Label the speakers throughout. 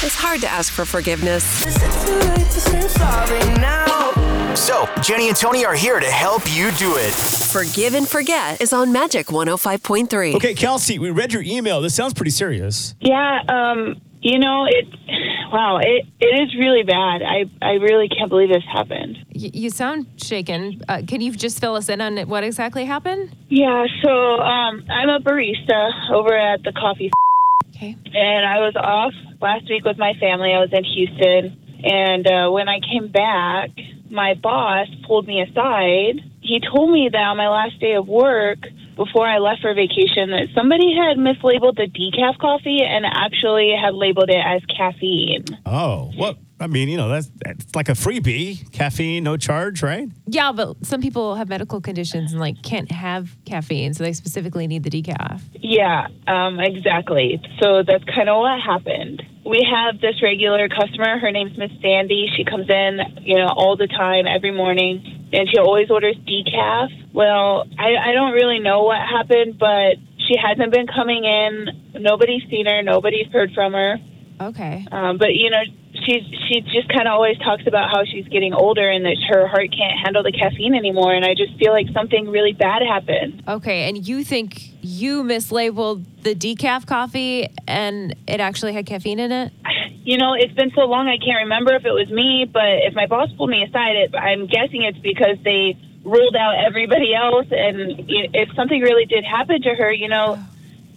Speaker 1: It's hard to ask for forgiveness.
Speaker 2: So, Jenny and Tony are here to help you do it.
Speaker 1: Forgive and Forget is on Magic 105.3.
Speaker 3: Okay, Kelsey, we read your email. This sounds pretty serious.
Speaker 4: Yeah, um, you know, it wow, it, it is really bad. I, I really can't believe this happened.
Speaker 5: Y- you sound shaken. Uh, can you just fill us in on what exactly happened?
Speaker 4: Yeah, so um, I'm a barista over at the coffee
Speaker 5: Okay.
Speaker 4: and I was off last week with my family. I was in Houston, and uh, when I came back, my boss pulled me aside. He told me that on my last day of work, before I left for vacation, that somebody had mislabeled the decaf coffee and actually had labeled it as caffeine.
Speaker 3: Oh, well, I mean, you know, that's, that's like a freebie. Caffeine, no charge, right?
Speaker 5: Yeah, but some people have medical conditions and like can't have caffeine, so they specifically need the decaf.
Speaker 4: Yeah, um, exactly. So that's kind of what happened. We have this regular customer. Her name's Miss Sandy. She comes in, you know, all the time, every morning, and she always orders decaf. Well, I, I don't really know what happened, but she hasn't been coming in. Nobody's seen her. Nobody's heard from her.
Speaker 5: Okay.
Speaker 4: Um, but you know, she she just kind of always talks about how she's getting older and that her heart can't handle the caffeine anymore. And I just feel like something really bad happened.
Speaker 5: Okay, and you think you mislabeled the decaf coffee and it actually had caffeine in it?
Speaker 4: You know, it's been so long I can't remember if it was me, but if my boss pulled me aside, it, I'm guessing it's because they ruled out everybody else. And i- if something really did happen to her, you know,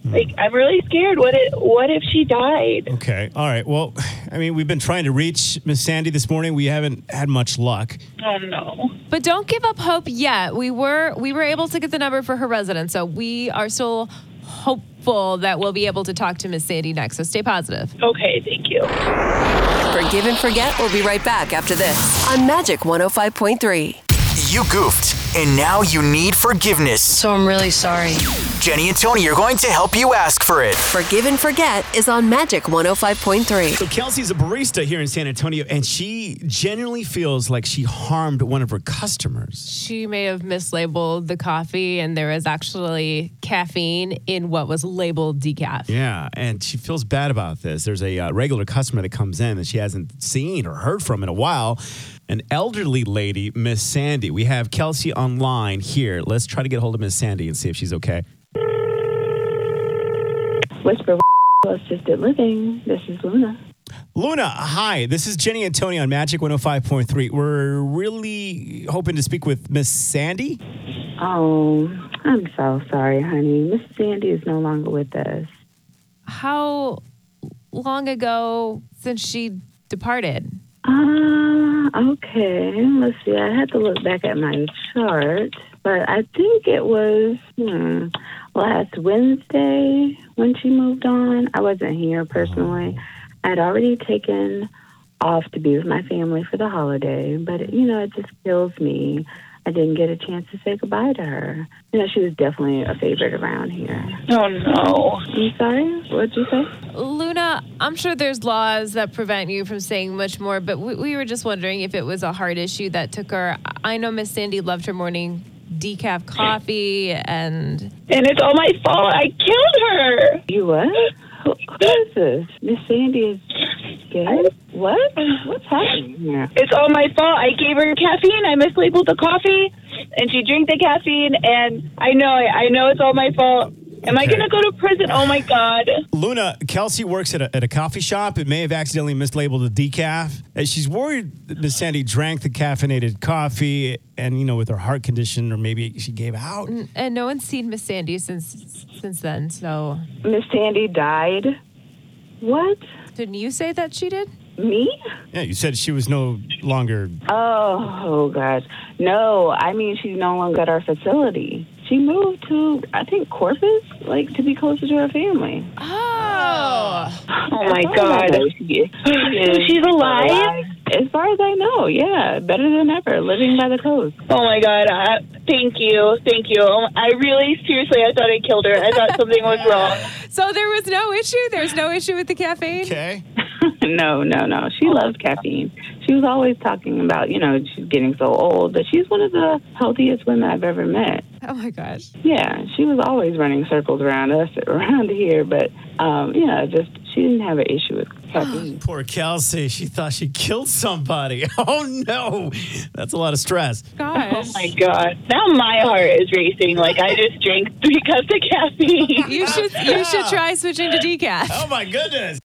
Speaker 4: like I'm really scared. What if, what if she died?
Speaker 3: Okay. All right. Well, I mean, we've been trying to reach Miss Sandy this morning. We haven't had much luck.
Speaker 4: Oh no.
Speaker 5: But don't give up hope yet. We were we were able to get the number for her residence, so we are still hopeful that we'll be able to talk to Miss Sandy next. So stay positive.
Speaker 4: Okay, thank you.
Speaker 1: Forgive and Forget will be right back after this on Magic 105.3.
Speaker 2: You goofed, and now you need forgiveness.
Speaker 6: So I'm really sorry.
Speaker 2: Jenny and Tony are going to help you ask for it.
Speaker 1: Forgive and Forget is on Magic 105.3.
Speaker 3: So Kelsey's a barista here in San Antonio, and she genuinely feels like she harmed one of her customers.
Speaker 5: She may have mislabeled the coffee and there is actually caffeine in what was labeled decaf.
Speaker 3: Yeah, and she feels bad about this. There's a uh, regular customer that comes in that she hasn't seen or heard from in a while. An elderly lady, Miss Sandy. We have Kelsey online here. Let's try to get hold of Miss Sandy and see if she's okay.
Speaker 7: Whisper Assisted Living. This is Luna.
Speaker 3: Luna, hi. This is Jenny and Tony on Magic 105.3. We're really hoping to speak with Miss Sandy.
Speaker 7: Oh, I'm so sorry, honey. Miss Sandy is no longer with us.
Speaker 5: How long ago since she departed?
Speaker 7: Ah, okay. Let's see. I had to look back at my chart, but I think it was hmm, last Wednesday when she moved on. I wasn't here personally. I'd already taken off to be with my family for the holiday, but you know, it just kills me. I didn't get a chance to say goodbye to her. You know, she was definitely a favorite around here.
Speaker 4: Oh no.
Speaker 7: I'm sorry. What'd you say?
Speaker 5: Luna, I'm sure there's laws that prevent you from saying much more, but we, we were just wondering if it was a heart issue that took her. I I know Miss Sandy loved her morning decaf coffee, and
Speaker 4: And it's all my fault. I killed her.
Speaker 7: You what? Who, who is this? Miss Sandy is scared? What? What's happening here?
Speaker 4: It's all my fault. I gave her caffeine. I mislabeled the coffee, and she drank the caffeine. And I know, I know it's all my fault. Am I
Speaker 3: Okay.
Speaker 4: gonna go to prison? Oh my god.
Speaker 3: Luna, Kelsey works at a, at a coffee shop. It may have accidentally mislabeled a decaf. And she's worried that Miss Sandy drank the caffeinated coffee and, you know, with her heart condition or maybe she gave out.
Speaker 5: and no one's seen Miss Sandy since since then. So,
Speaker 7: Miss Sandy died. What?
Speaker 5: didn't you say that she did?
Speaker 7: Me?
Speaker 3: Yeah, you said she was no longer.
Speaker 7: Oh, oh gosh. No, I mean she's no longer at our facility. She moved to I think Corpus, like to be closer to her family.
Speaker 5: Oh,
Speaker 4: Oh my
Speaker 7: As far as I
Speaker 4: god.
Speaker 7: know, she is- she
Speaker 4: So
Speaker 7: is
Speaker 4: she's alive?
Speaker 7: As far as I know, yeah, better than ever, living by the coast.
Speaker 4: Oh my god! I, thank you, thank you. Oh, I really, seriously, I thought I killed her. I thought something was wrong.
Speaker 5: so there was no issue. There's no issue with the caffeine.
Speaker 3: Okay.
Speaker 7: no, no, no. She loves caffeine. She was always talking about, you know, she's getting so old, but she's one of the healthiest women I've ever met.
Speaker 5: Oh my gosh.
Speaker 7: Yeah, she was always running circles around us, around here, but, um, yeah, just she didn't have an issue with caffeine.
Speaker 3: Poor Kelsey. She thought she killed somebody. Oh, no. That's a lot of stress.
Speaker 5: Gosh.
Speaker 4: Oh my God. Now my heart is racing. Like I just drank three cups of caffeine.
Speaker 5: you should you should try switching to decaf.
Speaker 3: Oh, my goodness.